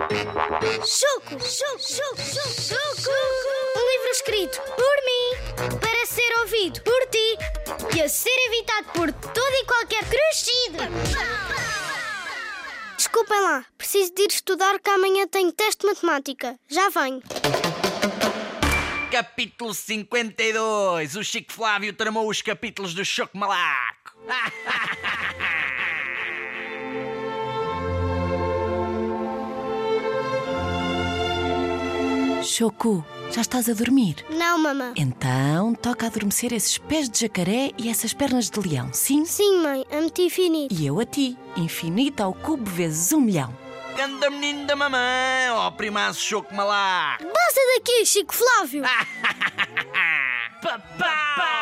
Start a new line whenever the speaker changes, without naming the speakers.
Chuco, chuco, chuco, chuco, chuco. Um livro escrito por mim, para ser ouvido por ti e a ser evitado por todo e qualquer crescido. Desculpem lá, preciso de ir estudar que amanhã tenho teste de matemática. Já venho.
Capítulo 52. O Chico Flávio tramou os capítulos do Choco Malaco. Ah,
Choco, já estás a dormir?
Não, mamã.
Então toca adormecer esses pés de jacaré e essas pernas de leão, sim?
Sim, mãe, amo-te infinito.
E eu a ti, infinito ao cubo vezes um milhão.
Ganda menino da mamãe, ó primaço Choco Malaco.
Basta daqui, Chico Flávio!
Papá!